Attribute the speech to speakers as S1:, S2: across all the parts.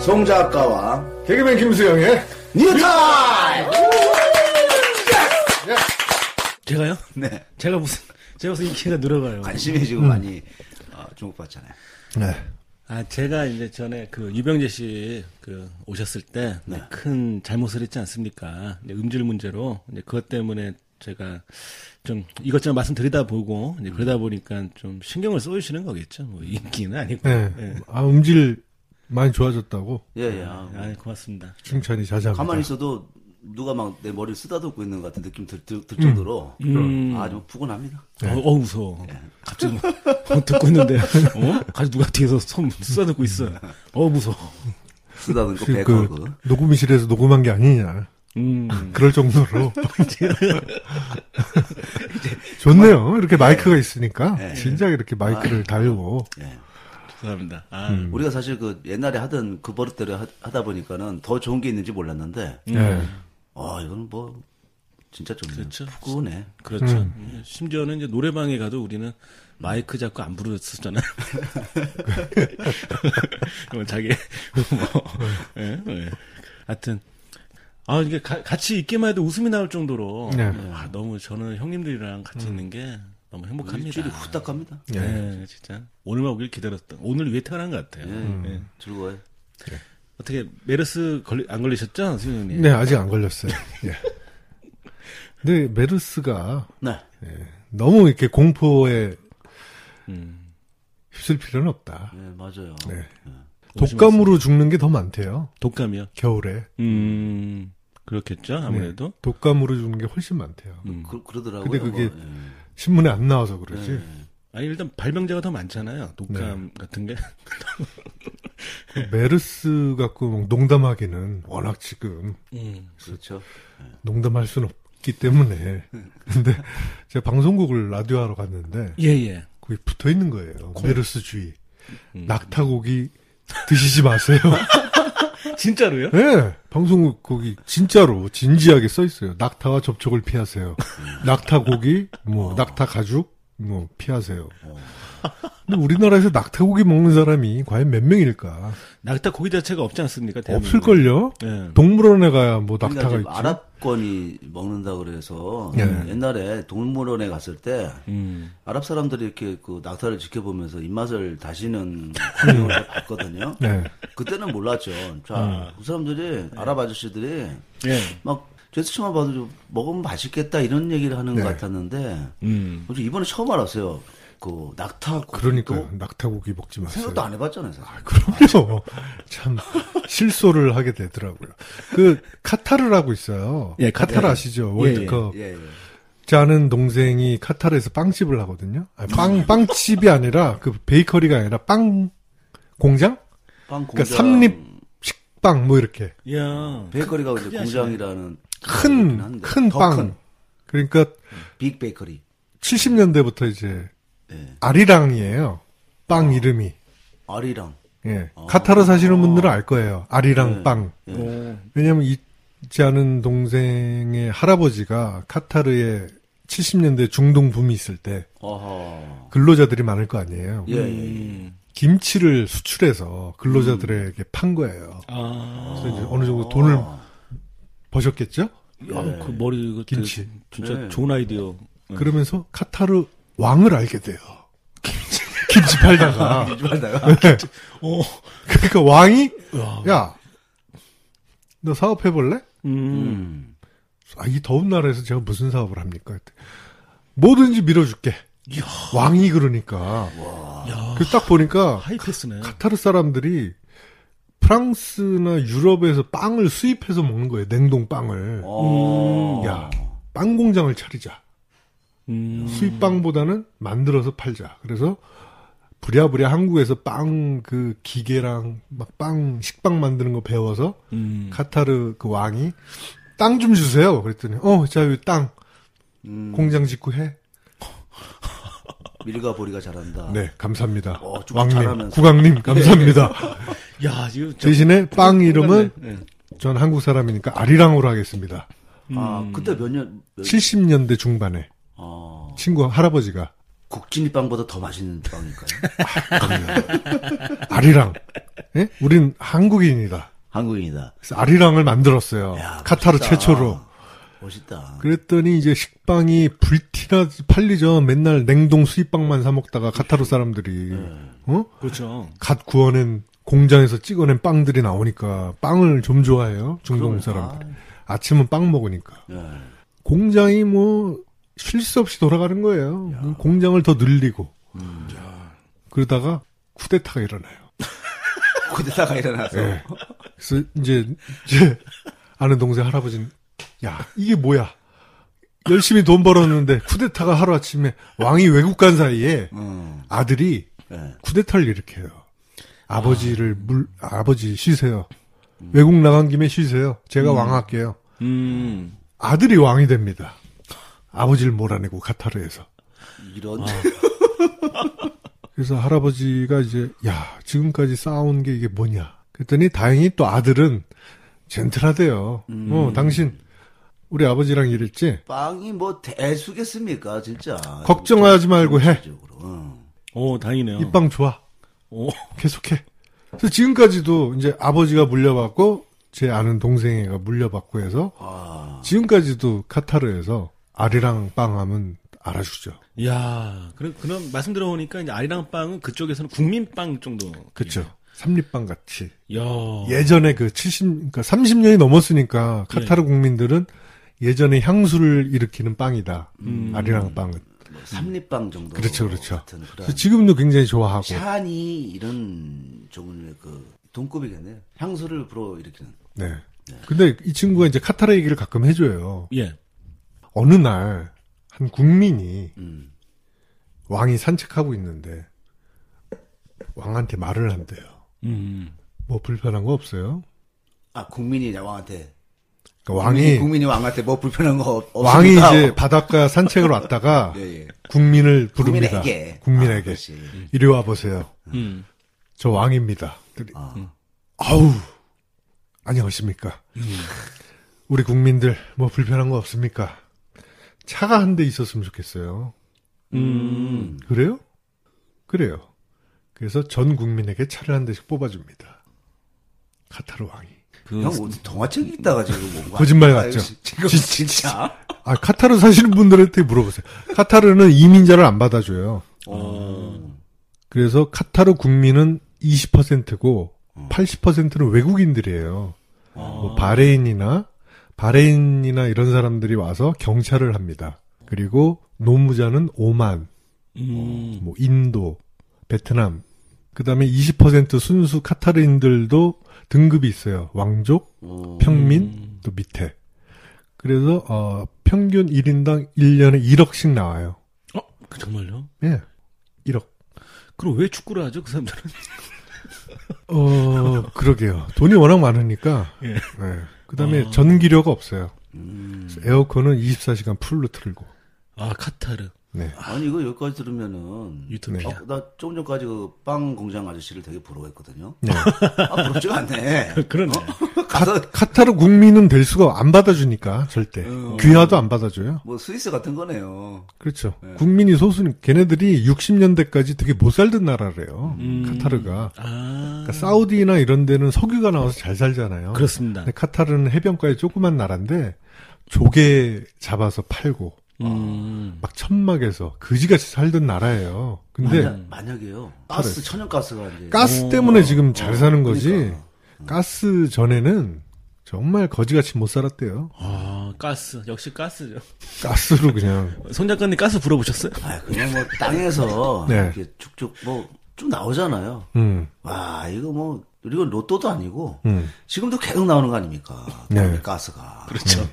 S1: 송작가와
S2: 개그맨 김수영의
S1: 뉴타임!
S3: 제가요?
S1: 네.
S3: 제가 무슨 제가 무슨 인기가 늘어가요.
S1: 관심이 지금 많이 어, 주목받잖아요.
S2: 네.
S3: 아 제가 이제 전에 그 유병재 씨 그 오셨을 때 큰 잘못을 했지 않습니까? 이제 음질 문제로 이제 그것 때문에 제가 좀 이것저것 말씀드리다 보고 이제 그러다 보니까 좀 신경을 써주시는 거겠죠. 뭐 인기는 아니고.
S2: 네. 아, 음질 많이 좋아졌다고
S1: 예, 예. 아,
S3: 아 고맙습니다.
S2: 칭찬이 자자합니다.
S1: 가만히 있어도 누가 막 내 머리를 쓰다듬고 있는 것 같은 느낌 들, 들, 들 정도로 아주 푸근합니다.
S3: 어, 어 무서워. 갑자기 뭐, 어, 듣고 있는데 어? 갑자기 누가 뒤에서 손 쏘아듣고 있어. 어 무서워.
S1: 쓰다듬고
S2: 그,
S1: 배고그
S2: 그 녹음실에서 녹음한 게 아니냐.
S3: 음.
S2: 그럴 정도로 좋네요. 이렇게 마이크가 있으니까 진작 이렇게
S1: 아.
S2: 마이크를 달고
S1: 예.
S3: 죄송합니다. 아,
S1: 우리가 사실 그 옛날에 하던 그 버릇대로 하, 하다 보니까 더 좋은 게 있는지 몰랐는데
S2: 예.
S1: 아 이건 뭐 진짜 좋네요.
S3: 그렇죠.
S1: 푸근해.
S3: 그렇죠.
S2: 음.
S3: 심지어는 이제 노래방에 가도 우리는 마이크 잡고 안 부르셨잖아요. 그럼 자기 뭐 예, 예. 하여튼 아 이게 가- 같이 있기만 해도 웃음이 나올 정도로
S2: 네. 음.
S3: 와, 너무 저는 형님들이랑 같이 있는 게 너무 행복합니다.
S1: 일주일이 후딱합니다.
S2: 예.
S3: 예, 진짜 오늘만 오길 기다렸던 오늘 위해 태어난 것 같아요.
S1: 예.
S2: 음.
S3: 예.
S1: 즐거워요.
S3: 어떻게 메르스 걸리, 안 걸리셨죠,
S1: 예.
S3: 수영님?
S2: 네 아직 안 걸렸어요. 예. 근데 메르스가 예,
S1: 네.
S2: 너무 이렇게 공포에
S3: 음.
S2: 휩쓸 필요는 없다.
S1: 예, 맞아요.
S2: 네.
S1: 예.
S2: 독감으로 죽는 게 더 많대요.
S3: 독감이요.
S2: 겨울에
S3: 음 그렇겠죠 아무래도.
S2: 독감으로 죽는 게 훨씬 많대요.
S3: 음.
S1: 그, 그러더라고요.
S2: 근데 그게
S1: 뭐, 예.
S2: 신문에 안 나와서 그러지.
S3: 아니 일단 발병자가 더 많잖아요.
S2: 네.
S3: 독감 같은 게.
S2: 그 메르스 갖고 그 막 농담하기는 워낙 지금
S3: 음.
S1: 그렇죠.
S2: 농담할 수는 없기 때문에. 근데 제가 방송국을 라디오 하러 갔는데
S3: 예예.
S2: 거기 붙어 있는 거예요. 메르스 주의.
S3: 음.
S2: 낙타고기 드시지 마세요.
S3: 진짜로요?
S2: 예. 방송국 거기 진짜로 진지하게 써 있어요. 낙타와 접촉을 피하세요. 낙타고기, 뭐
S3: 어.
S2: 낙타 가죽 뭐 피하세요. 근데 우리나라에서 낙타고기 먹는 사람이 과연 몇 명일까?
S3: 낙타 고기 자체가 없지 않습니까? 대한민국에?
S2: 없을걸요?
S3: 예.
S2: 동물원에 가야 뭐 낙타가
S1: 그러니까
S2: 있지.
S1: 지금 아랍권이 먹는다 그래서
S2: 예.
S1: 옛날에 동물원에 갔을 때
S3: 음.
S1: 아랍 사람들이 이렇게 그 낙타를 지켜보면서 입맛을 다시는 관용을 봤거든요.
S2: 네. 음.
S1: 그때는 몰랐죠. 자, 그 사람들이 아랍 아저씨들이
S3: 예.
S1: 막 제스처만 봐도 좀 먹으면 맛있겠다 이런 얘기를
S2: 네.
S1: 하는 것 같았는데
S3: 음.
S1: 저 이번에 처음 알았어요. 그 낙타
S2: 그러니까 낙타고기 먹지 마세요.
S1: 생각도 안 해봤잖아요. 사실.
S2: 그럼요. 참 실소를 하게 되더라고요. 그 카타르라고 있어요.
S3: 예,
S2: 카타르
S3: 예.
S2: 아시죠?
S3: 예,
S2: 월드컵.
S1: 예, 예.
S2: 제 아는 동생이 카타르에서 빵집을 하거든요. 아니, 빵 빵집이 아니라 그 베이커리가 아니라 빵 공장?
S1: 빵
S2: 그러니까
S1: 공장
S2: 삼립 식빵 뭐 이렇게
S3: 야.
S1: 베이커리가 이제
S3: 크게
S1: 공장이라는
S2: 큰
S1: 한데
S2: 큰
S1: 더
S2: 빵.
S1: 큰.
S2: 그러니까
S1: 빅 베이커리.
S2: 70년대부터 이제
S1: 예. 어.
S2: 아리랑이에요. 빵 이름이.
S1: 아리랑.
S2: 예. 카타르 사시는 분들은 알 거예요. 예. 아리랑 빵.
S3: 오.
S2: 왜냐면 있지 않은 동생의 할아버지가 카타르에 70년대 중동 붐이 있을 때
S1: 어허.
S2: 근로자들이 많을 거 아니에요.
S1: 예, 예, 예.
S3: 음.
S2: 김치를 수출해서 근로자들에게 판 거예요.
S3: 아.
S2: 그래서 이제 어느 정도 돈을 버셨겠죠?
S3: 야, 그 머리 그
S2: 김치.
S3: 진짜
S1: 네.
S3: 좋은 아이디어.
S2: 예. 그러면서 카타르 왕을 알게 돼요. 김치 팔다가.
S1: 이발다가
S2: 네.
S3: 오.
S2: 그러니까 왕이 야, 너 사업해 볼래?
S3: 음.
S1: 음.
S2: 아, 이 더운 나라에서 제가 무슨 사업을 합니까? 그랬더니 뭐든지 밀어줄게. 왕이 그러니까.
S3: 야.
S2: 그 딱 보니까
S3: 하이패스네.
S2: 카타르 사람들이 프랑스나 유럽에서 빵을 수입해서 먹는 거예요. 냉동 빵을. 음,
S1: 어.
S2: 야, 빵 공장을 차리자.
S3: 음.
S2: 수입빵보다는 만들어서 팔자. 그래서 부랴부랴 한국에서 빵 그 기계랑 막 빵 식빵 만드는 거 배워서
S3: 음.
S2: 카타르 그 왕이 땅 좀 주세요. 그랬더니 어, 자, 여기 땅
S1: 음.
S2: 공장 짓고 해.
S1: 밀과 보리가 잘한다.
S2: 네, 감사합니다.
S1: 아. 어, 좀
S2: 왕님,
S1: 잘하면서. 네.
S2: 국왕님, 감사합니다.
S3: 야, 지금 저-
S2: 대신에 빵 이름은
S3: 네.
S2: 전 한국 사람이니까 아리랑으로 하겠습니다.
S1: 음. 아, 그때 몇 년? 몇...
S2: 70년대 중반에
S1: 어.
S2: 친구 할아버지가
S1: 국진이 빵보다 더 맛있는 빵일까요?
S2: 아리랑. 예? 우린 한국인이다.
S1: 한국인이다.
S2: 그래서 아리랑을 만들었어요.
S1: 야,
S2: 카타르
S1: 멋있다.
S2: 최초로.
S1: 멋있다.
S2: 그랬더니 이제 식빵이 불티나 팔리죠. 맨날 냉동 수입빵만 사 먹다가 카타르 사람들이
S1: 네.
S2: 어?
S3: 그렇죠.
S2: 갓 구워낸 공장에서 찍어낸 빵들이 나오니까 빵을 좀 좋아해요. 중동 사람들. 아침은 빵 먹으니까.
S1: 예.
S2: 공장이 뭐 쉴 새 없이 돌아가는 거예요. 뭐 공장을 더 늘리고. 그러다가 쿠데타가 일어나요.
S1: 쿠데타가 일어나서
S2: 네. 그래서 이제 이제 아는 동생 할아버지는 야 이게 뭐야 열심히 돈 벌었는데 쿠데타가 하루 아침에 왕이 외국 간 사이에
S1: 음,
S2: 아들이
S1: 예.
S2: 쿠데타를 일으켜요. 아버지를 물 아버지 쉬세요. 외국 나간 김에 쉬세요. 제가 왕할게요.
S3: 음.
S2: 아들이 왕이 됩니다. 아버지를 몰아내고 카타르에서.
S1: 이런
S2: 아. 그래서 할아버지가 이제 야 지금까지 쌓아온 게 이게 뭐냐 그랬더니 다행히 또 아들은 젠틀하대요 어 당신 우리 아버지랑 일했지
S1: 빵이 뭐 대수겠습니까 진짜.
S2: 걱정하지 말고 해 이 빵
S1: 전체적으로. 음.
S3: 오, 어, 다행이네요. 어.
S2: 좋아
S3: 오.
S2: 계속해 그래서 지금까지도 이제 아버지가 물려받고 제 아는 동생애가 물려받고 해서
S1: 아,
S2: 지금까지도 카타르에서 아리랑 빵 하면 알아주죠
S3: 야, 그럼 그럼 말씀 들어보니까 이제 아리랑 빵은 그쪽에서는 국민빵 정도.
S2: 그쵸 예. 삼립빵 같이
S3: 야.
S2: 예전에 그 70, 그러니까 30년이 넘었으니까 카타르 국민들은 예전에 향수를 일으키는 빵이다. 아리랑 빵은.
S1: 뭐 삼립빵 정도.
S2: 그렇죠, 그렇죠.
S1: 같은 그런
S2: 그래서 지금도 굉장히 좋아하고.
S1: 샤니 이런 종류의 그 동급이겠네요. 향수를 불어 일으키는.
S2: 네. 근데 이 친구가 이제 카타르 얘기를 가끔 해줘요.
S3: 예.
S2: 어느 날 한 국민이
S1: 음.
S2: 왕이 산책하고 있는데 왕한테 말을 한대요.
S3: 음.
S2: 뭐 불편한 거 없어요?
S1: 아 국민이 왕한테.
S2: 그러니까
S1: 국민이,
S2: 왕이
S1: 국민이 왕한테 뭐 불편한 거 없,
S2: 왕이
S1: 없습니까?
S2: 이제 바닷가 산책을 왔다가
S1: 예, 예.
S2: 국민을 부릅니다.
S1: 국민에게. 아,
S2: 국민에게
S1: 그렇지.
S2: 이리 와 보세요.
S3: 음.
S2: 저 왕입니다.
S1: 아.
S2: 아우 안녕하십니까. 우리 국민들 뭐 불편한 거 없습니까? 차가 한 대 있었으면 좋겠어요.
S1: 음.
S2: 그래요? 그래요. 그래서 전 국민에게 차를 한 대씩 뽑아줍니다. 카타르 왕이.
S3: 그
S1: 형 어디 동화책이 있다가 지금 뭔가
S2: 거짓말 같죠?
S1: 아유, 지금 진짜.
S2: 아 카타르 사시는 분들한테 물어보세요. 카타르는 이민자를 안 받아줘요.
S1: 어.
S2: 그래서 카타르 국민은 20%고 80%는 외국인들이에요. 뭐 바레인이나 바레인이나 이런 사람들이 와서 경찰을 합니다. 그리고 노무자는 오만,
S3: 음.
S2: 뭐 인도, 베트남. 그다음에 20% 순수 카타르인들도 등급이 있어요. 왕족,
S1: 어.
S2: 평민, 또 밑에. 그래서 어 평균 1인당 1년에 1억씩 나와요.
S3: 어, 그 정말요?
S2: 예. 1억.
S3: 그럼 왜 축구를 하죠? 그 사람들은.
S2: 어, 그러게요. 돈이 워낙 많으니까.
S3: 예. 아. 음.
S2: 네. 그다음에 전기료가 없어요.
S1: 음.
S2: 그래서 에어컨은 24시간 풀로 틀고.
S3: 아, 카타르.
S2: 네.
S1: 아니 이거 여기까지 들으면은
S2: 예.
S3: 유토피아.
S1: 어, 나 조금 전까지 그 빵 공장 아저씨를 되게 부러워했거든요.
S2: 네.
S1: 아 부럽지가 않네.
S3: 그러네.
S1: 가서
S2: 카타르 국민은 될 수가 안 받아주니까 절대
S3: 어.
S2: 귀화도 안 받아줘요.
S1: 뭐 스위스 같은 거네요.
S2: 그렇죠. 국민이 소수니 걔네들이 60년대까지 되게 못 살던 나라래요.
S3: 음.
S2: 카타르가
S3: 아.
S2: 그러니까 사우디나 이런 데는 석유가 나와서 잘 살잖아요.
S3: 그렇습니다.
S2: 근데 카타르는 해변가에 조그만 나라인데 조개 잡아서 팔고
S3: 음.
S2: 막 천막에서 그지같이 살던 나라에요. 근데
S1: 만약, 만약에요. 가스 천연가스가 이제
S2: 가스
S3: 어,
S2: 때문에 지금 잘 사는 거지.
S1: 그러니까.
S2: 가스 전에는 정말 거지같이 못 살았대요.
S3: 아, 가스. 역시 가스죠.
S2: 가스로 그냥.
S3: 손 작가님 가스 불어보셨어요?
S1: 아 그냥 뭐 땅에서
S2: 네.
S1: 이렇게 쭉쭉 뭐 좀 나오잖아요.
S2: 음,
S1: 와 이거 뭐 그리고 로또도 아니고
S2: 음.
S1: 지금도 계속 나오는 거 아닙니까?
S2: 네.
S1: 네. 가스가 그렇죠.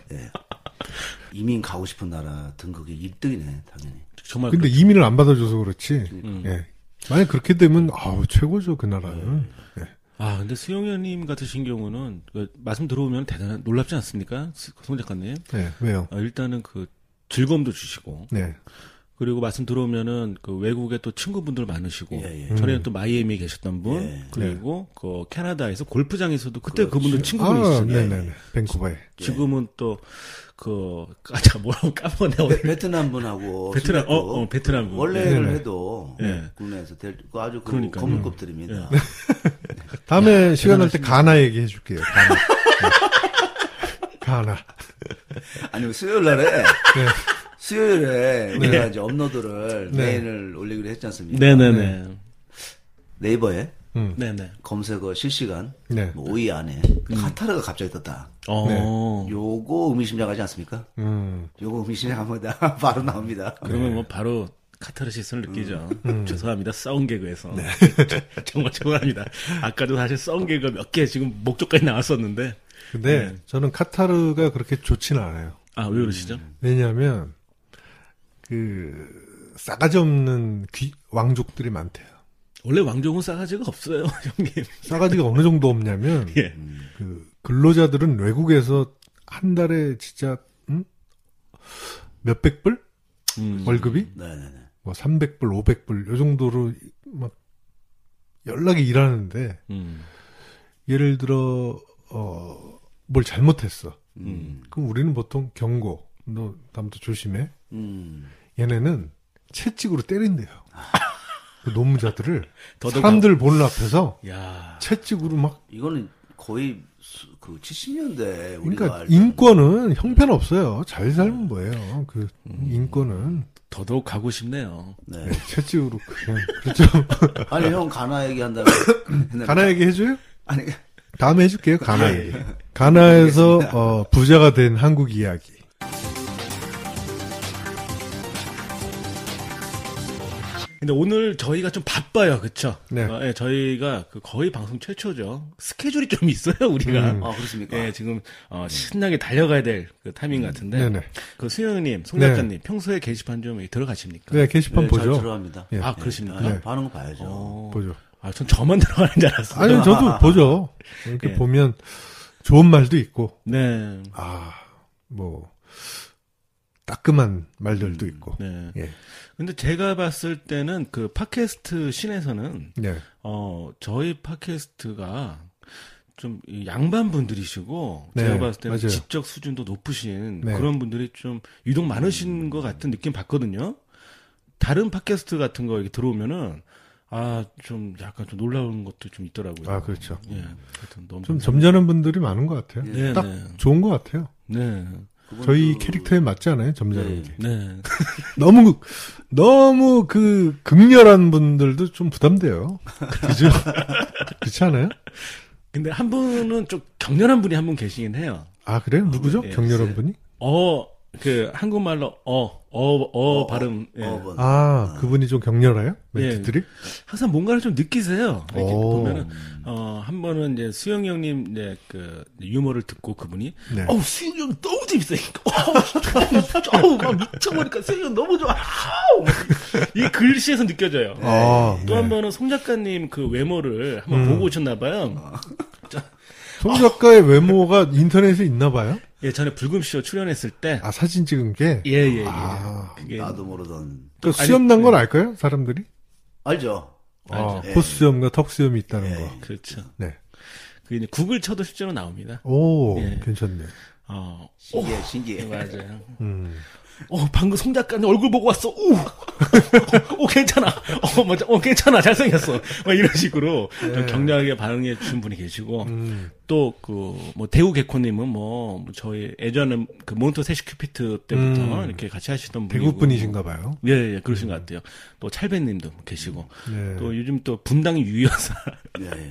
S1: 이민 가고 싶은 나라 등급이 1등이네 당연히.
S3: 정말. 그-
S2: 근데
S1: 그렇죠.
S2: 이민을 안 받아줘서 그렇지.
S1: 음.
S2: 예. 만약 그렇게 되면 아우 최고죠 그 나라는.
S1: 네.
S2: 예.
S3: 아, 근데 수영현님 같으신 경우는 그 말씀 들어보면 대단한 놀랍지 않습니까? 수- 송 작가님.
S2: 예, 왜요?
S3: 아, 일단은 그 즐거움도 주시고
S2: 네.
S3: 그리고 말씀 들어오면은 그 외국에 또 친구분들 많으시고
S1: 예, 예.
S3: 전에는 또 마이애미에 계셨던 분
S1: 예.
S3: 그리고 그 캐나다에서 골프장에서도 그때 그렇죠. 그분들 친구분이
S2: 아,
S3: 있었어요. 예.
S2: 네네네. 밴쿠버에.
S3: 지금은 또그 아자 뭐라고 까먹었네 오늘.
S1: 베트남 분하고
S3: 어, 베트남,
S1: 술했고
S3: 어, 어, 베트남 분.
S1: 원래를
S2: 네네.
S1: 해도
S3: 예.
S1: 국내에서 될 아주 그
S3: 그러니까요. 네.
S1: 거물급들입니다. 그,
S2: 다음에 시간 날 때 가나 얘기해 줄게요. 가나. 네. 가나.
S1: 아니 수요일 날에
S2: 네.
S1: 수요일에 우리가 이제 업로드를
S2: 네.
S1: 메인을 올리기로 했지 않습니까?
S3: 네네네.
S1: 네이버에
S2: 음.
S3: 네네.
S1: 검색어 실시간
S2: 네. 음.
S1: 뭐 5위 안에 카타르가 갑자기 떴다.
S3: 어.
S1: 요거 의미심장하지 않습니까?
S2: 음.
S1: 요거 의미심장합니다. 바로 나옵니다.
S2: 네.
S3: 그러면 뭐 바로 카타르시스를 느끼죠. 죄송합니다. 싸운 개그에서. 정말 죄송합니다. 아까도 사실 싸운 개그 몇 개 지금 목적까지 나왔었는데.
S2: 근데
S1: 네.
S2: 저는 카타르가 그렇게 좋지는 않아요.
S3: 아, 왜 그러시죠?
S1: 음.
S2: 왜냐하면 그 싸가지 없는 귀, 왕족들이 많대요.
S3: 원래 왕족은 싸가지가 없어요, 형님.
S2: 싸가지가 어느 정도 없냐면
S3: 예.
S1: 음.
S2: 그 근로자들은 외국에서 한 달에 진짜 음? 몇백 불
S3: 음.
S2: 월급이
S1: 네네네.
S2: 뭐 300불, 500불 요 정도로 막 연락이 일하는데
S3: 음.
S2: 예를 들어 어뭘 잘못했어.
S1: 음.
S2: 그럼 우리는 보통 경고. 너 다음부터 조심해.
S1: 음.
S2: 얘네는 채찍으로 때린대요.
S1: 아.
S2: 그 노무자들을
S3: 더더욱
S2: 사람들 보는 앞에서
S3: 야.
S2: 채찍으로 막
S1: 이거는 거의 수- 그 70년대 우리가 음.
S2: 그러니까
S1: 알던
S2: 인권은 형편 없어요. 잘 살면 뭐예요. 그
S1: 음.
S2: 인권은
S3: 더더욱 가고 싶네요.
S1: 네.
S2: 네, 채찍으로 그냥 그렇죠.
S1: 아니 형 가나 얘기한다고 옛날에-
S2: 가나 얘기 해줘요?
S1: 아니
S2: 다음에 해줄게요. 가나
S1: 아, 예.
S2: 얘기. 가나에서 어, 부자가 된 한국 이야기.
S3: 근데 오늘 저희가 좀 바빠요, 그쵸?
S2: 네.
S3: 어, 예, 저희가 그 거의 방송 최초죠. 스케줄이 좀 있어요, 우리가.
S2: 음.
S1: 아 그렇습니까?
S3: 예, 지금 어, 신나게 달려가야 될 그 타이밍 같은데.
S2: 네네.
S3: 그 수영님, 송
S2: 네.
S3: 작가님 평소에 게시판 좀 들어가십니까?
S2: 네 게시판
S1: 네, 잘
S2: 보죠.
S1: 들어갑니다.
S2: 예.
S3: 아
S1: 아,
S3: 그러십니까?
S1: 반응 봐야죠.
S3: 어.
S2: 보죠.
S3: 아, 전 저만 들어가는 줄 알았어요.
S2: 아니 저도 보죠. 이렇게
S3: 예.
S2: 보면 좋은 말도 있고
S3: 네,
S2: 아, 아뭐 따끔한 말들도 있고.
S3: 네.
S2: 예.
S3: 근데 제가 봤을 때는 그 팟캐스트 신에서는
S2: 네.
S3: 어 저희 팟캐스트가 좀이 양반 분들이시고
S2: 네,
S3: 제가 봤을 때는
S2: 맞아요.
S3: 지적 수준도 높으신
S2: 네.
S3: 그런 분들이 좀 유독 많으신 것 같은 느낌 받거든요. 다른 팟캐스트 같은 거 이렇게 들어오면은 아 좀 약간 좀 놀라운 것도 좀 있더라고요.
S2: 아 그렇죠.
S3: 예, 하여튼 너무
S2: 좀 점잖은 분들이 많은 것 같아요.
S3: 네,
S2: 딱
S3: 네.
S2: 좋은 것 같아요.
S3: 네.
S1: 그분도-
S2: 저희 캐릭터에 맞지 않아요? 점잖은
S1: 네.
S2: 게.
S3: 네.
S2: 너무 그, 너무 그 극렬한 분들도 좀 부담돼요. 그죠? 그렇지 않아요?
S3: 근데 한 분은 좀 격렬한 분이 한 분 계시긴 해요.
S2: 아 그래요? 누구죠?
S3: 예,
S2: 격렬한
S3: 글쎄요.
S2: 분이?
S3: 어, 그 한국말로 어, 어, 어, 발음. 예.
S1: 어번.
S2: 아 그분이 좀 격렬해요?
S3: 네.
S2: 멘트들이?
S3: 항상 뭔가를 좀 느끼세요. 이렇게
S2: 오.
S3: 보면은 어, 한 번은 이제 수영 형님 이제 그 유머를 듣고 그분이
S2: 네.
S3: 어우 수영 형 너무 재밌어. 어우 어우 막 미쳐버리니까 수영 형 너무 좋아. 아우! 이 글씨에서 느껴져요.
S2: 아,
S3: 또 한
S2: 네. 음.
S3: 번은 송 작가님 그 외모를 한번 보고 오셨나 봐요.
S2: 송 작가의 외모가 인터넷에 있나 봐요?
S3: 예, 전에 불금쇼 출연했을 때
S2: 아 사진 찍은 게?
S3: 예, 예, 예.
S2: 아,
S3: 그게
S1: 나도 모르던
S2: 그 수염 난
S3: 네.
S2: 걸 알까요? 사람들이?
S1: 알죠.
S2: 아,
S1: 예.
S2: 코수염과 턱수염이 있다는
S1: 예.
S2: 거.
S3: 그렇죠.
S2: 네.
S3: 그게 이제 구글 쳐도 실제로 나옵니다.
S2: 오,
S3: 예.
S2: 괜찮네.
S3: 어,
S1: 신기해 신기해.
S3: 맞아요.
S2: 음.
S3: 어, 방금 송 작가님 얼굴 보고 왔어. 오, 어, 괜찮아. 어, 맞아. 어, 괜찮아. 잘생겼어. 막 이런 식으로
S2: 예.
S3: 좀 격렬하게 반응해 주신 분이 계시고
S2: 음.
S3: 또 그 뭐 대우 개코님은 뭐 저희 예전에 그 몬토 세시 큐피트 때부터
S2: 음.
S3: 이렇게 같이 하시던 분이고
S2: 대구 분이신가 봐요.
S3: 예, 예, 그러신 것 같아요. 또 찰배님도 계시고
S2: 네.
S3: 또 요즘 또 분당 유여사
S1: 예, 예.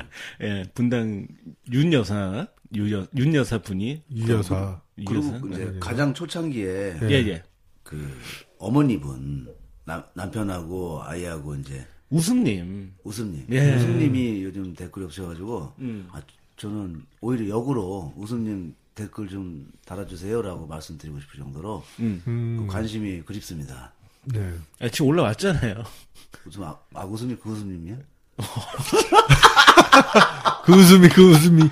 S3: 예, 분당 윤 여사, 유여, 윤 여사 분이
S2: 이 여사.
S3: 유 여사.
S1: 그리고 이제 가장 초창기에
S3: 예, 예.
S1: 그 어머니분 남, 남편하고 아이하고 이제
S3: 우승님.
S1: 웃음님.
S3: 예. 음.
S1: 웃음님이 요즘 댓글이 없어가지고 아, 저는 오히려 역으로 웃음님 댓글 좀 달아주세요라고 말씀드리고 싶을 정도로
S3: 음.
S1: 그
S2: 음,
S1: 관심이 그립습니다.
S2: 네.
S3: 아, 지금 올라왔잖아요.
S1: 웃음 아, 아 웃음님 그 웃음님이야?
S2: 그 웃음이, 그 웃음이.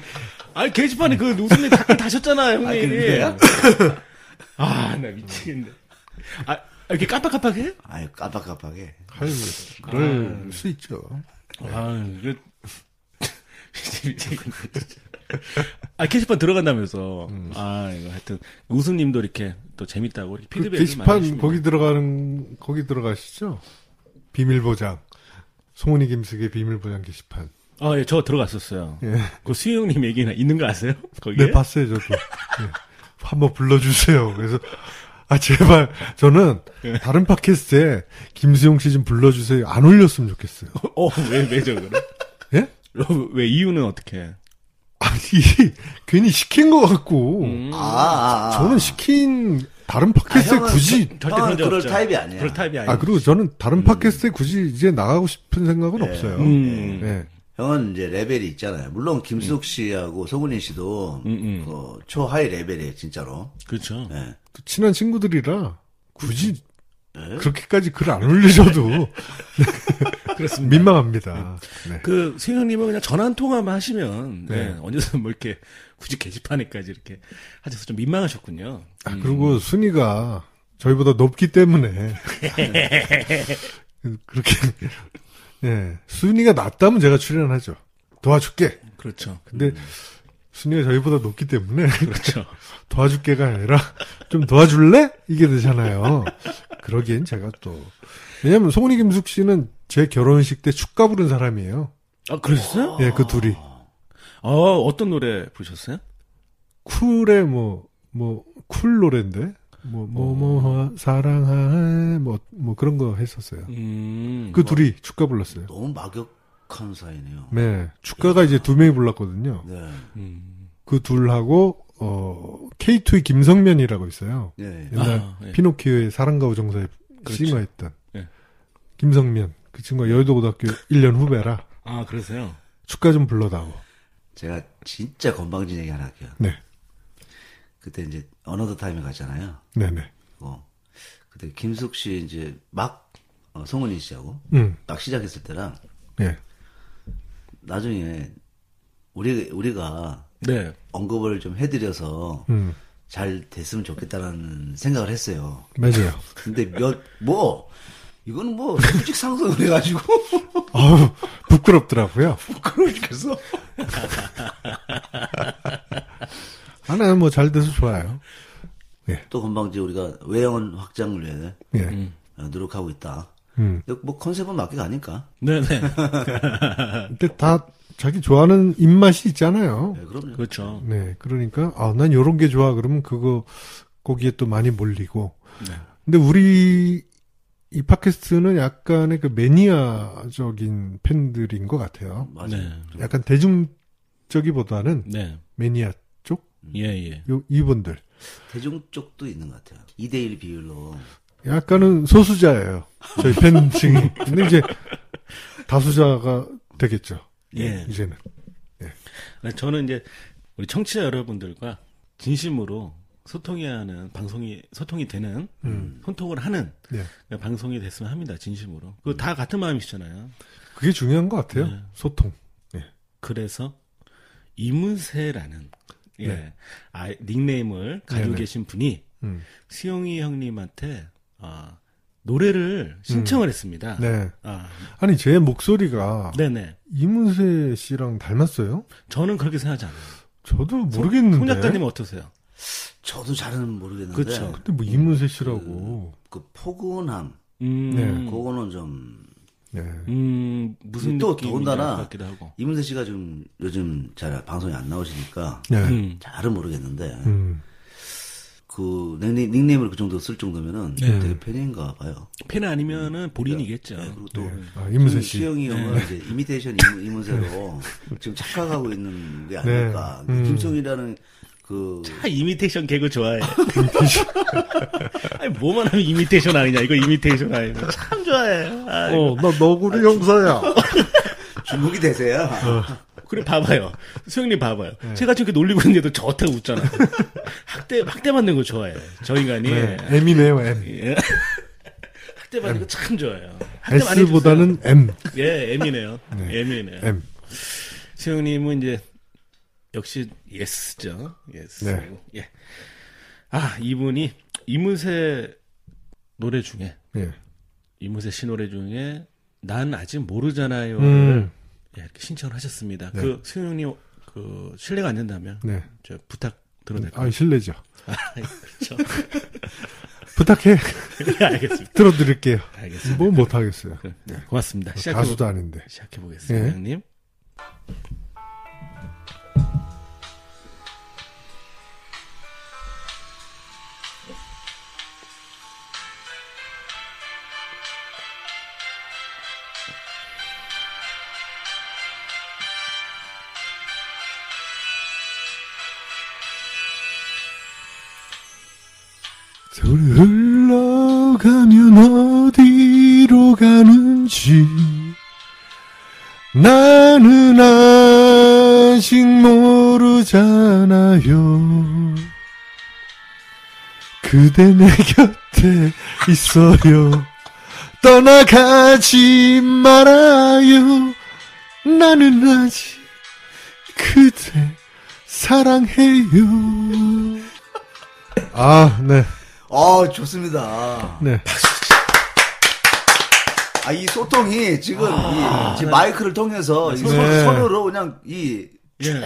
S3: 아, 게시판에 그 우승님 댓글 다셨잖아요, 예,
S1: 아,
S3: 형님.
S1: 근데
S3: 아, 나 미치겠네. 아, 이렇게 깜빡깜빡해?
S1: 아유 깜빡깜빡해.
S3: 음.
S2: 아유, 그럴
S3: 네.
S2: 수 있죠.
S3: 아, 이거. 재밌겠네, 진짜. 아, 게시판 들어간다면서.
S2: 음.
S3: 아, 이거 하여튼, 우수님도 이렇게 또 재밌다고 이렇게
S2: 그
S3: 피드백을 많이
S2: 게시판
S3: 주시고.
S2: 거기 들어가는 거기 들어가시죠. 비밀 보장. 송은이 김숙의 비밀 보장 게시판.
S3: 아, 예, 저 들어갔었어요.
S2: 예.
S3: 그 수영님 얘기나 있는 거 아세요? 거기에?
S2: 네, 봤어요, 저도. 예. 한번 불러주세요. 그래서, 아, 제발, 저는
S3: 네.
S2: 다른 팟캐스트에 김수용 씨 좀 불러주세요. 안 올렸으면 좋겠어요.
S3: 어, 왜, 왜 저거래?
S2: 예?
S3: 왜 이유는 어떻게?
S2: 아니, 괜히 시킨 것 같고,
S3: 음.
S1: 아, 아, 아.
S2: 저는 시킨 다른 팟캐스트에
S1: 형은
S2: 굳이,
S3: 절대
S1: 형은
S3: 아, 그런 적
S1: 그럴
S3: 없죠.
S1: 타입이 아니야.
S3: 그럴 타입이 아니야.
S2: 아, 그리고 저는 다른 팟캐스트에 굳이 이제 나가고 싶은 생각은 없어요.
S3: 음.
S2: 예.
S1: 형은 이제 레벨이 있잖아요. 물론 김숙 씨하고 소근인 씨도
S3: 음, 음.
S1: 어, 초하이 레벨이에요, 진짜로.
S3: 그렇죠.
S1: 예.
S2: 또 친한 친구들이라, 굳이,
S3: 네.
S2: 그렇게까지 글 안 올리셔도
S3: 그렇습니다.
S2: 민망합니다. 네.
S3: 그 수영님은 그냥 전화 한 통화만 하시면 네.
S2: 네.
S3: 언제든 뭐 이렇게 굳이 게시판에까지 이렇게 하셔서 좀 민망하셨군요.
S2: 아, 그리고 순위가 저희보다 높기 때문에 그렇게 예 순위가 낮다면 제가 출연하죠 도와줄게
S3: 그렇죠.
S2: 근데 순위가 저희보다 높기 때문에
S3: 그렇죠.
S2: 도와줄게가 아니라 좀 도와줄래 이게 되잖아요 그러기엔 제가 또 왜냐면 송은이 김숙 씨는 제 결혼식 때 축가 부른 사람이에요
S3: 아, 그랬어요?
S2: 예 그 둘이
S3: 어, 어떤 노래 부르셨어요?
S2: 쿨의 뭐 뭐 쿨 노래인데
S3: 어.
S2: 뭐 뭐 뭐 사랑해 뭐 뭐 그런 거 했었어요.
S3: 음.
S2: 그 둘이 축가 불렀어요.
S1: 너무 막역한 사이네요.
S2: 네, 축가가 이제 두 명이 불렀거든요.
S1: 네.
S3: 음.
S2: 그 둘하고 어 K2의 김성면이라고 있어요.
S1: 네.
S2: 옛날
S3: 아, 예.
S2: 피노키오의 사랑과 우정사에
S3: 그렇죠.
S2: 싱어했던
S3: 예.
S2: 김성면 그 친구가 여의도고등학교 1년 후배라
S3: 아, 그러세요?
S2: 축가 좀 불러다오.
S1: 제가 진짜 건방진 얘기 하나 할게요.
S2: 네,
S1: 그때 이제 어너더 타임에 갔잖아요.
S2: 네, 네.
S1: 어. 그때 김숙 씨 이제 막 어, 송은인 씨하고
S2: 음,
S1: 막 시작했을 때랑
S2: 예.
S1: 나중에 우리 우리가
S3: 네.
S1: 언급을 좀 해드려서
S2: 음,
S1: 잘 됐으면 좋겠다라는 생각을 했어요.
S2: 맞아요.
S1: 근데 몇 뭐 이거는 뭐 수직 상승을 해가지고
S2: 아우 부끄럽더라고요.
S1: 부끄러워 죽겠어.
S2: 하나 뭐 잘 돼서 좋아요.
S1: 또 건방지 우리가 외형은 확장을 위해
S2: 예.
S3: 음.
S1: 어, 노력하고 있다.
S2: 음.
S1: 근데 뭐 컨셉은 맞게 가니까.
S3: 네네.
S2: 네. 근데 다 자기 좋아하는 입맛이 있잖아요.
S1: 네, 그럼요.
S3: 그렇죠.
S2: 네, 그러니까 아, 난 요런 게 좋아. 그러면 그거 거기에 또 많이 몰리고.
S3: 네.
S2: 근데 우리 이 팟캐스트는 약간의 그 매니아적인 팬들인 것 같아요.
S1: 맞아요.
S3: 네.
S2: 약간 대중적이보다는
S3: 네.
S2: 매니아 쪽
S3: 예, 예.
S2: 요, 이분들
S1: 대중 쪽도 있는 것 같아요. 2대1 비율로.
S2: 약간은 소수자예요. 저희 팬층이. 근데 이제 다수자가 되겠죠.
S3: 예.
S2: 이제는.
S3: 네, 저는 이제 우리 청취자 여러분들과 진심으로 소통해야 하는 방송이 소통이 되는 소통을 하는
S2: 예.
S3: 방송이 됐으면 합니다. 진심으로. 그 다 같은 마음이시잖아요.
S2: 그게 중요한 것 같아요.
S3: 네.
S2: 소통.
S3: 그래서 이문세라는 예,
S2: 네.
S3: 아, 닉네임을 가지고
S2: 네네.
S3: 계신 분이
S2: 음.
S3: 수영이 형님한테 아, 노래를 신청을 했습니다.
S2: 네.
S3: 아,
S2: 아니 제 목소리가
S3: 네네.
S2: 이문세 씨랑 닮았어요?
S3: 저는 그렇게 생각하지 않아요.
S2: 저도 모르겠는데.
S3: 홍 작가님은 어떠세요?
S1: 저도 잘은 모르겠는데.
S3: 그렇죠.
S2: 근데 뭐 이문세 씨라고.
S1: 그 포근함.
S3: 음,
S2: 네.
S1: 그거는 좀
S2: 네.
S3: 음, 무슨
S1: 또
S3: 느낌인지 알
S1: 더군다나
S3: 것 같기도 하고.
S1: 이문세 씨가 좀 요즘 잘 방송에 안 나오시니까
S2: 네. 음.
S3: 음.
S1: 잘은 모르겠는데 그 닉네- 닉네임을 그 정도 쓸 정도면은
S2: 네.
S1: 되게 팬인가 봐요.
S3: 팬 아니면은 본인이겠죠.
S1: 네, 그리고 또
S2: 아, 이문세 씨. 네.
S1: 수영이 형은 이제 이미테이션 이문- 이문세로 지금 착각하고 있는 게 아닐까.
S2: 음.
S1: 김성이라는 그
S3: 아, 이미테이션 개그 좋아해. 아니, 뭐만 하면 이미테이션 아니냐. 이거 이미테이션 아니냐. 참 좋아해. 아,
S2: 어, 나 너구리 형사야.
S1: 중국이 되세요.
S3: 그래, 봐봐요. 수영님 봐봐요.
S2: 네.
S3: 제가 지금 이렇게 놀리고 있는데도 저한테 웃잖아. 학대, 학대 받는 거 좋아해. 저 인간이.
S2: 네. M이네요, M.
S3: 예. 학대 받는 거 참 좋아해요. 학대 많이
S2: 네. S보다는 M.
S3: 해주세요. 예, M이네요. M이네요.
S2: M.
S3: 수영님은 이제 역시 예스죠. 예스.
S2: 네.
S3: 예. 아 이분이 이문세 노래 중에
S2: 예.
S3: 이문세 씨 노래 중에 난 아직 모르잖아요.
S2: 음.
S3: 예, 이렇게 신청을 하셨습니다.
S2: 네.
S3: 그 수영 형님 그 실례가 안 된다면
S2: 네.
S3: 저 부탁 들어도 될까요?
S2: 아, 실례죠.
S3: 아, 그렇죠.
S2: 부탁해.
S3: 예, 알겠습니다.
S2: 들어드릴게요.
S3: 알겠습니다.
S2: 뭐 못하겠어요.
S3: 그, 고맙습니다. 시작해
S2: 가수도 아닌데.
S3: 시작해 보겠습니다,
S2: 예.
S3: 형님.
S2: 세월이 흘러가면 어디로 가는지 나는 아직 모르잖아요 그대 내 곁에 있어요 떠나가지 말아요 나는 아직 그대 사랑해요 아, 네.
S1: 아 좋습니다.
S2: 네.
S1: 아 이 소통이 지금 이 지금 마이크를 통해서 이
S2: 네.
S1: 손, 으로 그냥 이
S3: 예.
S1: 쭉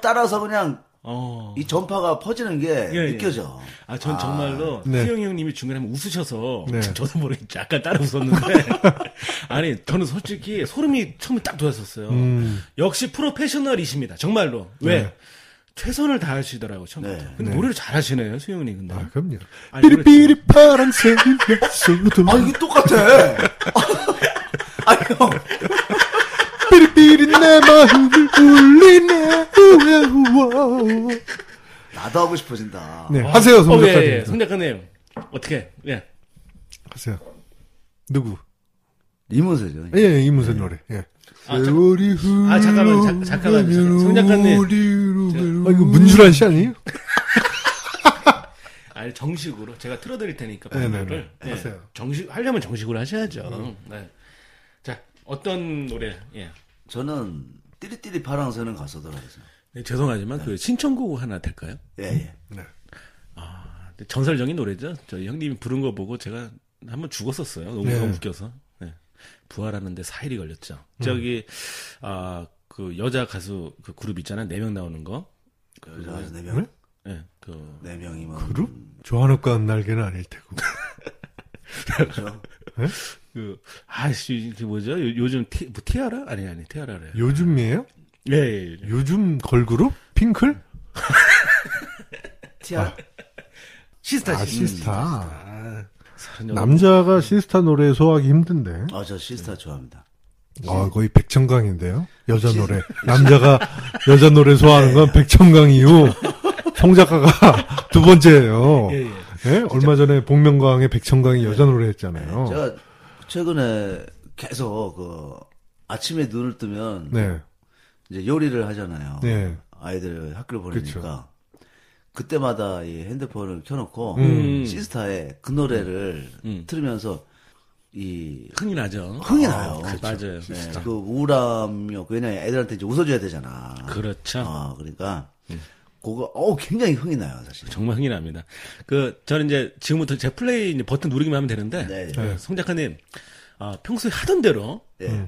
S1: 따라서 그냥
S3: 어.
S1: 이 전파가 퍼지는 게
S3: 예, 예.
S1: 느껴져.
S3: 아, 전 정말로
S2: 네.
S3: 수영 형님이 중간에 한번 웃으셔서
S2: 네.
S3: 저도 모르게 약간 따라 웃었는데 아니 저는 솔직히 소름이 처음에 딱 돋았었어요. 역시 프로페셔널이십니다. 정말로 왜
S2: 네.
S3: 최선을 다하시더라고 처음부터.
S1: 네.
S3: 근데 노래를 잘하시네요, 수영 형님. 근데
S2: 아, 그럼요.
S3: 아니,
S2: 삐리삐리 파란색 소도
S1: 아 이게 똑같아. 아 형.
S2: 삐리삐리 내 마음을 울리네 우와 우와.
S1: 나도 하고 싶어진다.
S2: 네, 하세요, 송
S3: 어, 예,
S2: 작가님.
S3: 예. 송 작가님 어떻게? 예.
S2: 하세요. 누구?
S1: 이문세죠.
S2: 예, 예, 이문세 노래. 예.
S3: 아, 잠-
S2: 세월이 흘러.
S3: 아, 잠깐만요. 자- 잠깐만요. 잠깐만요. 송 작가님.
S2: 아, 이거 문주란 씨 아니에요?
S3: 아니 정식으로 제가 틀어드릴 테니까
S2: 네, 네,
S3: 방송을
S2: 네. 하세요. 음.
S3: 정식 하려면 정식으로 하셔야죠. 네. 자 어떤 노래? 예.
S1: 저는 띠리띠리 파랑새는 갔었더라고요.
S3: 네, 죄송하지만 그 신청곡 하나 될까요?
S1: 예, 예.
S2: 네.
S3: 아, 근데 전설적인 노래죠. 저희 형님이 부른 거 보고 제가 한번 죽었었어요. 너무
S2: 네.
S3: 너무 웃겨서. 네. 부활하는데 4일이 걸렸죠. 저기
S2: 음.
S3: 아 그 여자 가수 그 그룹 있잖아요. 네 명 나오는 거.
S1: 그래서 네 명,
S3: 예. 그
S1: 네 명이면
S2: 그룹? 조한옥과 날개는 아닐 테고.
S1: 그렇죠.
S3: 그, 아씨, 그 뭐죠? 요, 요즘 티, 뭐, 티아라? 아니, 아니, 티아라래. 요,
S2: 요즘이에요?
S3: 예, 예, 예.
S2: 요즘 걸그룹? 핑클?
S1: 티아
S3: 시스타,
S2: 아, 시스타.
S3: 음. 아, 서른여덟.
S2: 남자가 시스타 노래 소화하기 힘든데.
S1: 아, 저 시스타 좋아합니다.
S2: 아, 거의 백천강인데요. 여자 노래. 남자가 여자 노래 소화하는 건 백천강 이후 송 작가가 두 번째예요.
S3: 예, 예.
S2: 예? 얼마 전에 복면가왕의 백천강이 여자
S3: 어.
S2: 노래 했잖아요.
S1: 제가 최근에 계속 그 아침에 눈을 뜨면
S2: 네.
S1: 이제 요리를 하잖아요.
S2: 네.
S1: 아이들 학교를
S3: 그렇죠.
S1: 보내니까 그때마다이 핸드폰을 켜놓고
S3: 음.
S1: 시스타의 그 노래를
S3: 음.
S1: 틀으면서 이
S3: 흥이 나죠.
S1: 흥이 나요.
S3: 그, 맞아요.
S1: 네,
S3: 시스타.
S1: 그 우울함이 없고 왜냐면 애들한테 이제 웃어줘야 되잖아.
S3: 그렇죠. 음.
S1: 어, 그러니까 그거 어 굉장히 흥이 나요 사실.
S3: 정말 흥이 납니다. 그, 저는 이제 지금부터 제 플레이 이제 버튼 누르기만 하면 되는데, 그
S1: 네.
S2: 네.
S3: 송 작가님, 아, 평소에 하던 대로,
S1: 예.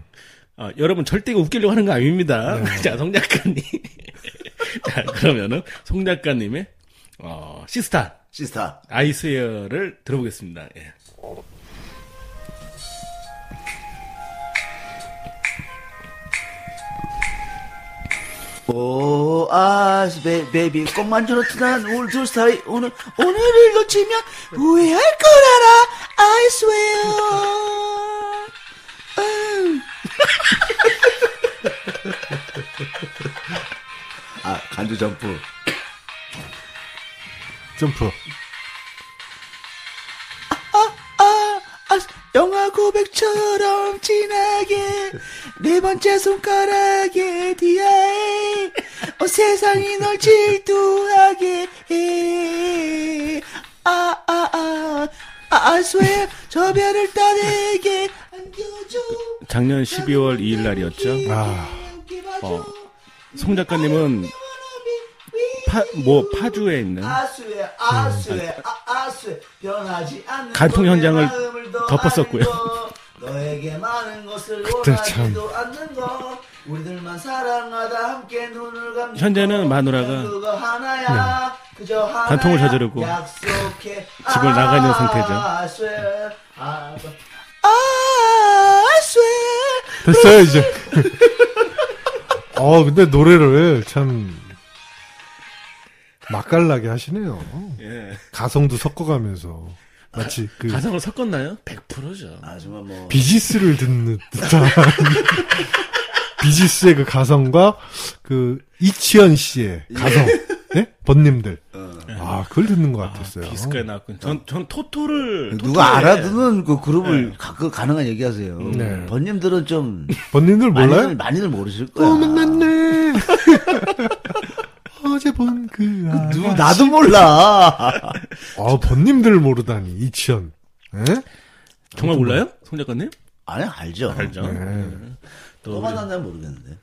S3: 아, 여러분 절대 이거 웃기려고 하는 거 아닙니다. 자, 송 작가님. 자, 그러면은, 송 작가님의, 어, 시스타,
S1: 시스타.
S3: 아이스웨어를 들어보겠습니다. 예.
S1: 오, 아, 베, 베이비, 꼭 만들었지만, 오늘 두 스타이, 오늘, 오늘을 놓치면, 후회할 걸 알아, I swear. 음. 아, 간주 점프.
S2: 점프.
S1: 아, 아, 영화 고백처럼 진하게, 네 번째 손가락에 디아에, 어, 세상이 널 질투하게 해. 아, 아, 아, 아, I swear, 저 별을 따내게 안겨줘.
S3: 작년 12월 2일 날이었죠.
S2: 아,
S3: 어, 송
S1: 아.
S3: 작가님은 파, 뭐 파주에 있는
S1: 아수에, 아수에, 아, 아스웨 변하지 않는
S3: 음, 갈등
S1: 너의
S3: 현장을
S1: 마음을 더
S3: 덮었었고요. 네,
S1: 아는 거, 너에게 많은 것을
S2: 그때
S1: 원하지도 않는 거 우리들만 사랑하다 함께 눈을 감는
S3: 현재는
S1: 거,
S3: 마누라가
S1: 그거 하나야 그저 하나야
S3: 관통을 저지르고
S1: 약속해
S3: 집을 나가 있는 상태죠.
S1: 아스웨 아스웨
S2: 됐어요 이제. 어 근데 노래를 참 맛깔나게 하시네요.
S3: 예.
S2: 가성도 섞어가면서 마치 그
S3: 가상을 섞었나요? 100%죠.
S1: 아 정말 뭐
S2: 비지스를 듣는 듯한 비지스의 그 가성과 그 이치현 씨의 가성, 네? 번님들. 아 그걸 듣는 것
S1: 아,
S2: 같았어요.
S3: 비스까지 나왔군요. 전, 전 토토를.
S1: 누가
S3: 토토에
S1: 알아듣는 그 그룹을
S3: 네.
S1: 가끔 가능한 얘기하세요.
S2: 네.
S1: 번님들은 좀
S2: 번님들 몰라요?
S1: 많이들, 많이들 모르실 거야.
S2: 또 만났네. 어제 본그
S1: 누구 나도 몰라.
S2: 아, 번님들 모르다니, 이치현. 예?
S3: 정말 몰라요? 송 작가님?
S1: 아니 알죠.
S3: 알죠. 네.
S1: 또
S3: 또,
S1: 만났나 모르겠는데.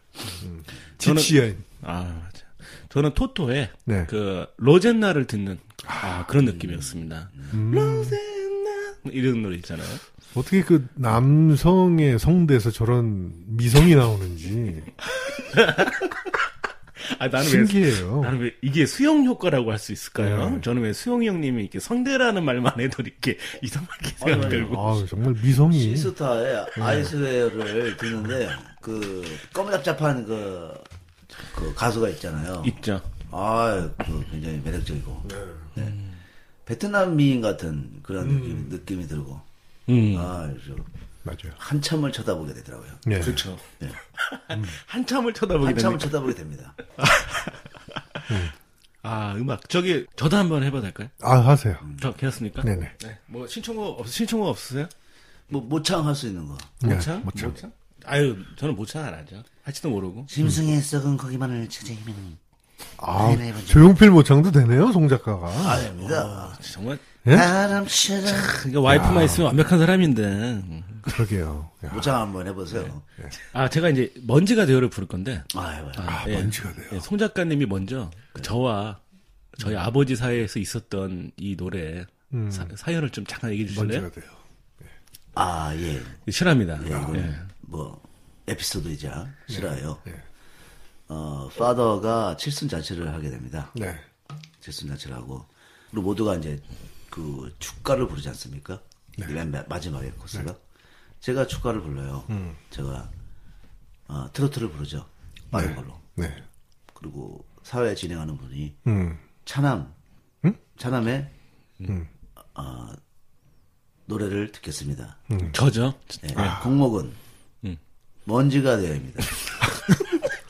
S3: 저는-
S2: 지치현.
S3: 아, 맞아. 저는 토토의
S2: 네.
S3: 그 로젠나를 듣는 아, 그런 느낌이었습니다.
S2: 음.
S3: 로젠나 이런 노래 있잖아요.
S2: 어떻게 그 남성의 성대에서 저런 미성이 나오는지
S3: 아, 나는 왜
S2: 신기해요. 네.
S3: 나는 왜 이게 수영 효과라고 할 수 있을까요? 저는 왜 수영이 형님이 이렇게 성대라는 말만 해도 이렇게 이상하게 생각 들고.
S2: 아, 정말
S1: 예.
S2: 미성이.
S1: 시스타의 아이스웨어를 듣는데 그 검답잡한 그, 그 가수가 있잖아요.
S3: 있죠.
S1: 아, 그 굉장히 매력적이고. 네. 음. 베트남 미인 같은 그런 느낌, 느낌이 들고.
S3: 음.
S1: 아, 그래서
S2: 맞아요.
S1: 한참을 쳐다보게 되더라고요.
S2: 네.
S3: 그렇죠.
S1: 네.
S3: 음. 한참을 쳐다보게
S1: 한참을
S3: 되는.
S1: 쳐다보게 됩니다.
S3: 아, 음악. 저기 저도 한번 해봐도 될까요?
S2: 아, 하세요.
S3: 저 괜찮습니까?
S2: 네네.
S3: 네. 뭐 신청곡 없 신청곡 없으세요?
S1: 뭐 모창 할 수 있는 거.
S2: 네,
S3: 모창?
S2: 모창.
S3: 아유, 저는 모창 안 하죠. 할지도 모르고.
S1: 짐승의 썩은 고기만을 찾아이면
S3: 네,
S2: 아, 조용필 모창도 되네요, 송 작가가.
S1: 아닙니다.
S3: 정말
S2: 예?
S1: 바람처럼
S3: 그러니까 와이프만 있으면 완벽한 사람인데. 음.
S2: 그러게요. 야,
S1: 모창 한번 해보세요.
S3: 아, 제가 이제 먼지가 되어를 부를 건데.
S1: 아, 해봐요.
S3: 아,
S2: 먼지가 돼요. 음.
S3: 예, 송 작가님이 먼저 그 저와 저희 아버지 사이에서 있었던 이 노래 사, 사연을 좀 잠깐 얘기해
S2: 먼지가
S3: 주실래요?
S2: 돼요.
S1: 아, 예.
S3: 실합니다. 예.
S1: 뭐 에피소드이자 실화요. 어, 파더가 칠순 자치를 하게 됩니다.
S2: 네.
S1: 칠순 자치를 하고 우리 모두가 이제 그 축가를 부르지 않습니까? 맨 마- 마지막에 코스가 제가 축가를 불러요. 제가 어, 트로트를 부르죠. 빠른 걸로.
S2: 네.
S1: 그리고 사회 진행하는 분이
S2: 음.
S1: 차남, 차남의 어, 노래를 듣겠습니다.
S2: 음.
S3: 저죠. 아,
S1: 네,
S2: 아.
S1: 곡목은
S3: 음.
S1: 먼지가 되어입니다.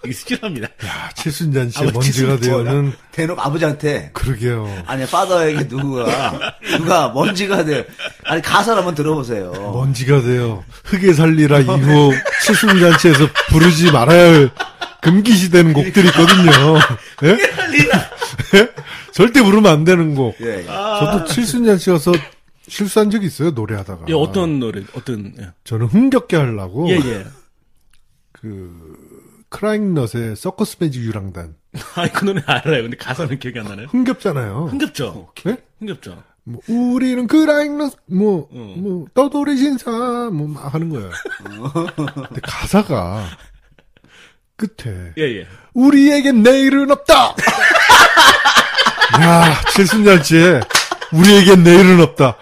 S3: 이게 실합니다.
S2: 아, 칠순잔 씨의 먼지가 되어는
S1: 대놓고 아버지한테
S2: 그러게요.
S1: 아니 파더에게 누가 누가 먼지가 돼 아니 가사를 한번 들어보세요.
S2: 먼지가 돼요. 흙에 살리라 이후 칠순잔치에서 부르지 말아야 할 금기시되는 곡들이 있거든요. 예? 예? 절대 부르면 안 되는 곡.
S1: 예, 예.
S2: 저도 칠순잔치 가서 실수한 적이 있어요, 노래하다가.
S3: 예, 어떤 노래, 어떤 예,
S2: 저는 흥겹게 하려고
S3: 예. 예.
S2: 그 크라잉넛의 서커스 매직 유랑단.
S3: 아니 그 노래 알아요. 근데 가사는 기억이 안 나네요.
S2: 흥겹잖아요.
S3: 흥겹죠.
S2: 예?
S3: 흥겹죠.
S2: 뭐, 우리는 그라잉넛 뭐, 뭐, 떠돌이 신사, 뭐, 막 하는 거예요. 근데 가사가 끝에,
S3: 예 예.
S2: 아, 우리에겐 내일은 없다! 야, 칠순잔치에, 우리에겐 내일은 없다.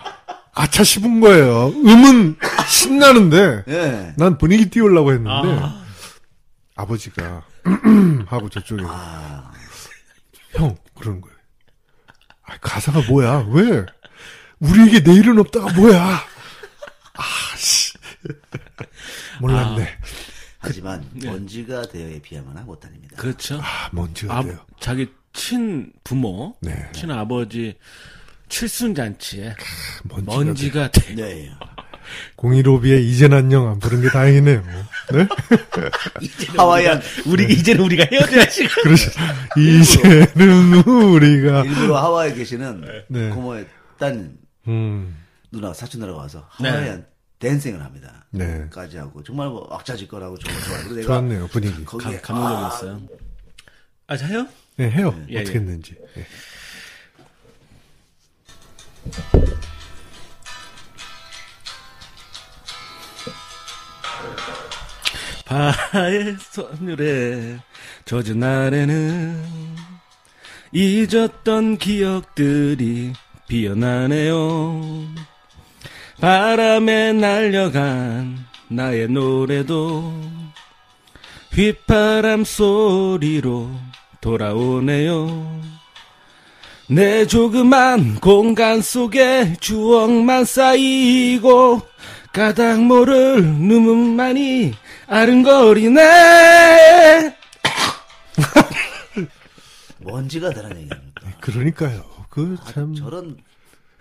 S2: 아차 싶은 거예요. 음은 신나는데,
S1: 예.
S2: 난 분위기 띄우려고 했는데, 아. 버지가 하고 저쪽에서, 형, 그런 거예요. 아, 가사가 뭐야? 왜? 우리에게 내일은 없다가 뭐야? 아, 씨. 몰랐네.
S1: 하지만 먼지가 되어에 비하면 못합니다.
S3: 네. 그렇죠.
S2: 아, 먼지가
S3: 아,
S2: 돼요.
S3: 자기 친 부모,
S2: 네.
S3: 친 아버지 칠순 잔치에
S2: 먼지가, 돼요.
S3: 먼지가 돼.
S1: 네.
S2: 015B의 이젠 안녕 안 부른 게 다행이네요. 네?
S1: 하와이안
S3: 우리 이제는 우리가 헤어져야 시간.
S2: 그러시, 이제는 우리가,
S1: 일부러 하와이에 계시는
S2: 네.
S1: 고모의 딸
S2: 음,
S1: 누나 사촌 누나가 와서
S3: 네.
S1: 하와이안 댄싱을 합니다.
S2: 네.
S1: 까지 하고 정말 뭐 악자질 거라고 좋아 좋아. 그리고 내가
S2: 좋았네요, 분위기.
S1: 거기에
S3: 감, 감동적이었어요. 아, 자요?
S2: 네, 해요.
S3: 예,
S2: 어떻게
S3: 예.
S2: 했는지. 예.
S3: 바의 선율에 젖은 날에는 잊었던 기억들이 피어나네요. 바람에 날려간 나의 노래도 휘파람 소리로 돌아오네요. 내 조그만 공간 속에 추억만 쌓이고 까닭 모를 눈물만이 아른거리네.
S1: 아, 먼지가 되는 얘기 아닙니까?
S2: 그러니까요. 그 참
S1: 저런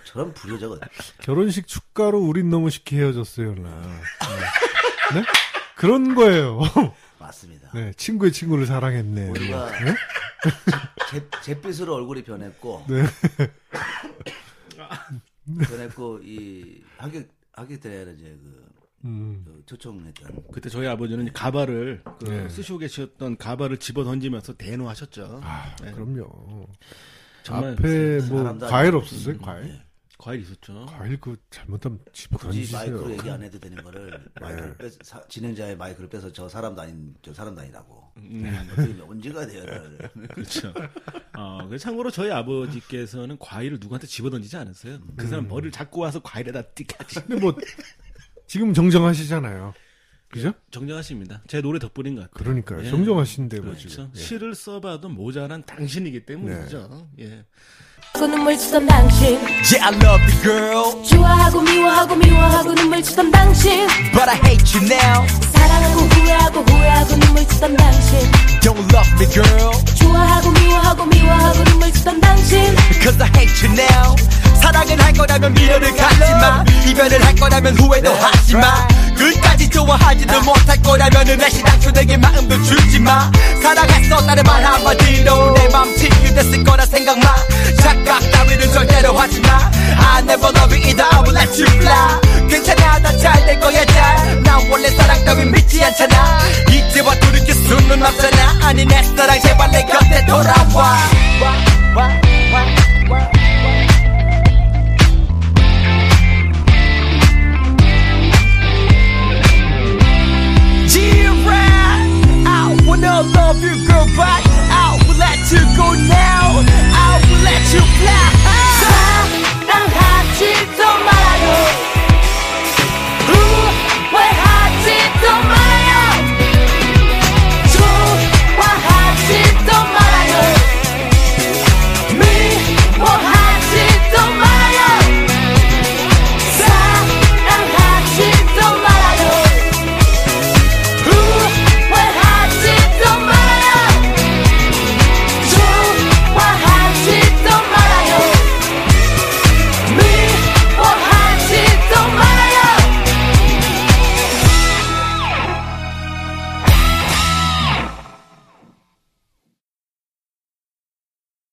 S1: 저런 불효자가
S2: 결혼식 축가로 우린 너무 쉽게 헤어졌어요. 나. 네? 그런 거예요.
S1: 맞습니다.
S2: 네, 친구의 친구를 사랑했네.
S1: 우리가
S2: 네?
S1: 잿- 잿빛으로 얼굴이 변했고
S2: 네.
S1: 변했고 이 하객 하객들에 이제 그,
S2: 음.
S1: 그 초청했던
S3: 그때 저희 아버지는 이제 가발을 그
S2: 네.
S3: 쓰시고 계셨던 가발을 집어 던지면서 대노하셨죠.
S2: 아,
S3: 네.
S2: 그럼요.
S3: 정말
S2: 앞에 뭐
S1: 사람도
S2: 과일
S1: 아니고. 예.
S2: 없었어요? 과일?
S3: 과일 있었죠.
S2: 과일 그 잘못하면 집어
S1: 굳이 마이크로
S2: 던지세요. 네.
S1: 얘기 안 해도 되는 거를 마이크를 빼, 사, 진행자의 마이크를 빼서 저 사람도 아닌 저 사람도 아니라고
S2: 네.
S1: 네. 어떻게 언제가 돼요 나를.
S3: 그렇죠. 어, 그 참고로 저희 아버지께서는 과일을 누구한테 집어던지지 않으세요. 그
S2: 음.
S3: 사람 머리를 잡고 와서 과일에다 띠까지
S2: 근데 뭐 지금 정정하시잖아요. 그죠?
S3: 정정하십니다. 제 노래 덕분인 것 같아요.
S2: 그러니까요.
S3: 예.
S2: 정정하신데 뭐
S3: 그렇죠.
S2: 지금. 예.
S3: 시를 써봐도 모자란 당신이기 때문이죠.
S2: 네.
S3: 예.
S4: 그 눈물 치던 당신
S5: Yeah, I love you, girl,
S4: 좋아하고 미워하고 미워하고 눈물 치던 당신
S5: but I hate you now.
S4: 사랑하고 후회하고 후회하고 눈물 치던 당신
S5: Don't love me, girl,
S4: 좋아하고 미워하고 미워하고 눈물 치던 당신
S5: because I hate you now. 사랑을 할 거라면 미련을 갖지 마. 이별을 할 거라면 후회도 하지 마. 끝까지 좋아하지도 못할 거라면은 다시 당초 내게 마음도 주지 마. 사랑했어, 다른 말 한마디로 내맘 치유됐을 거라 생각 마. 착각 따위는 절대로 하지 마. I never love you either, I will let you fly. 괜찮아, 다 잘 될 거야, 잘. Now what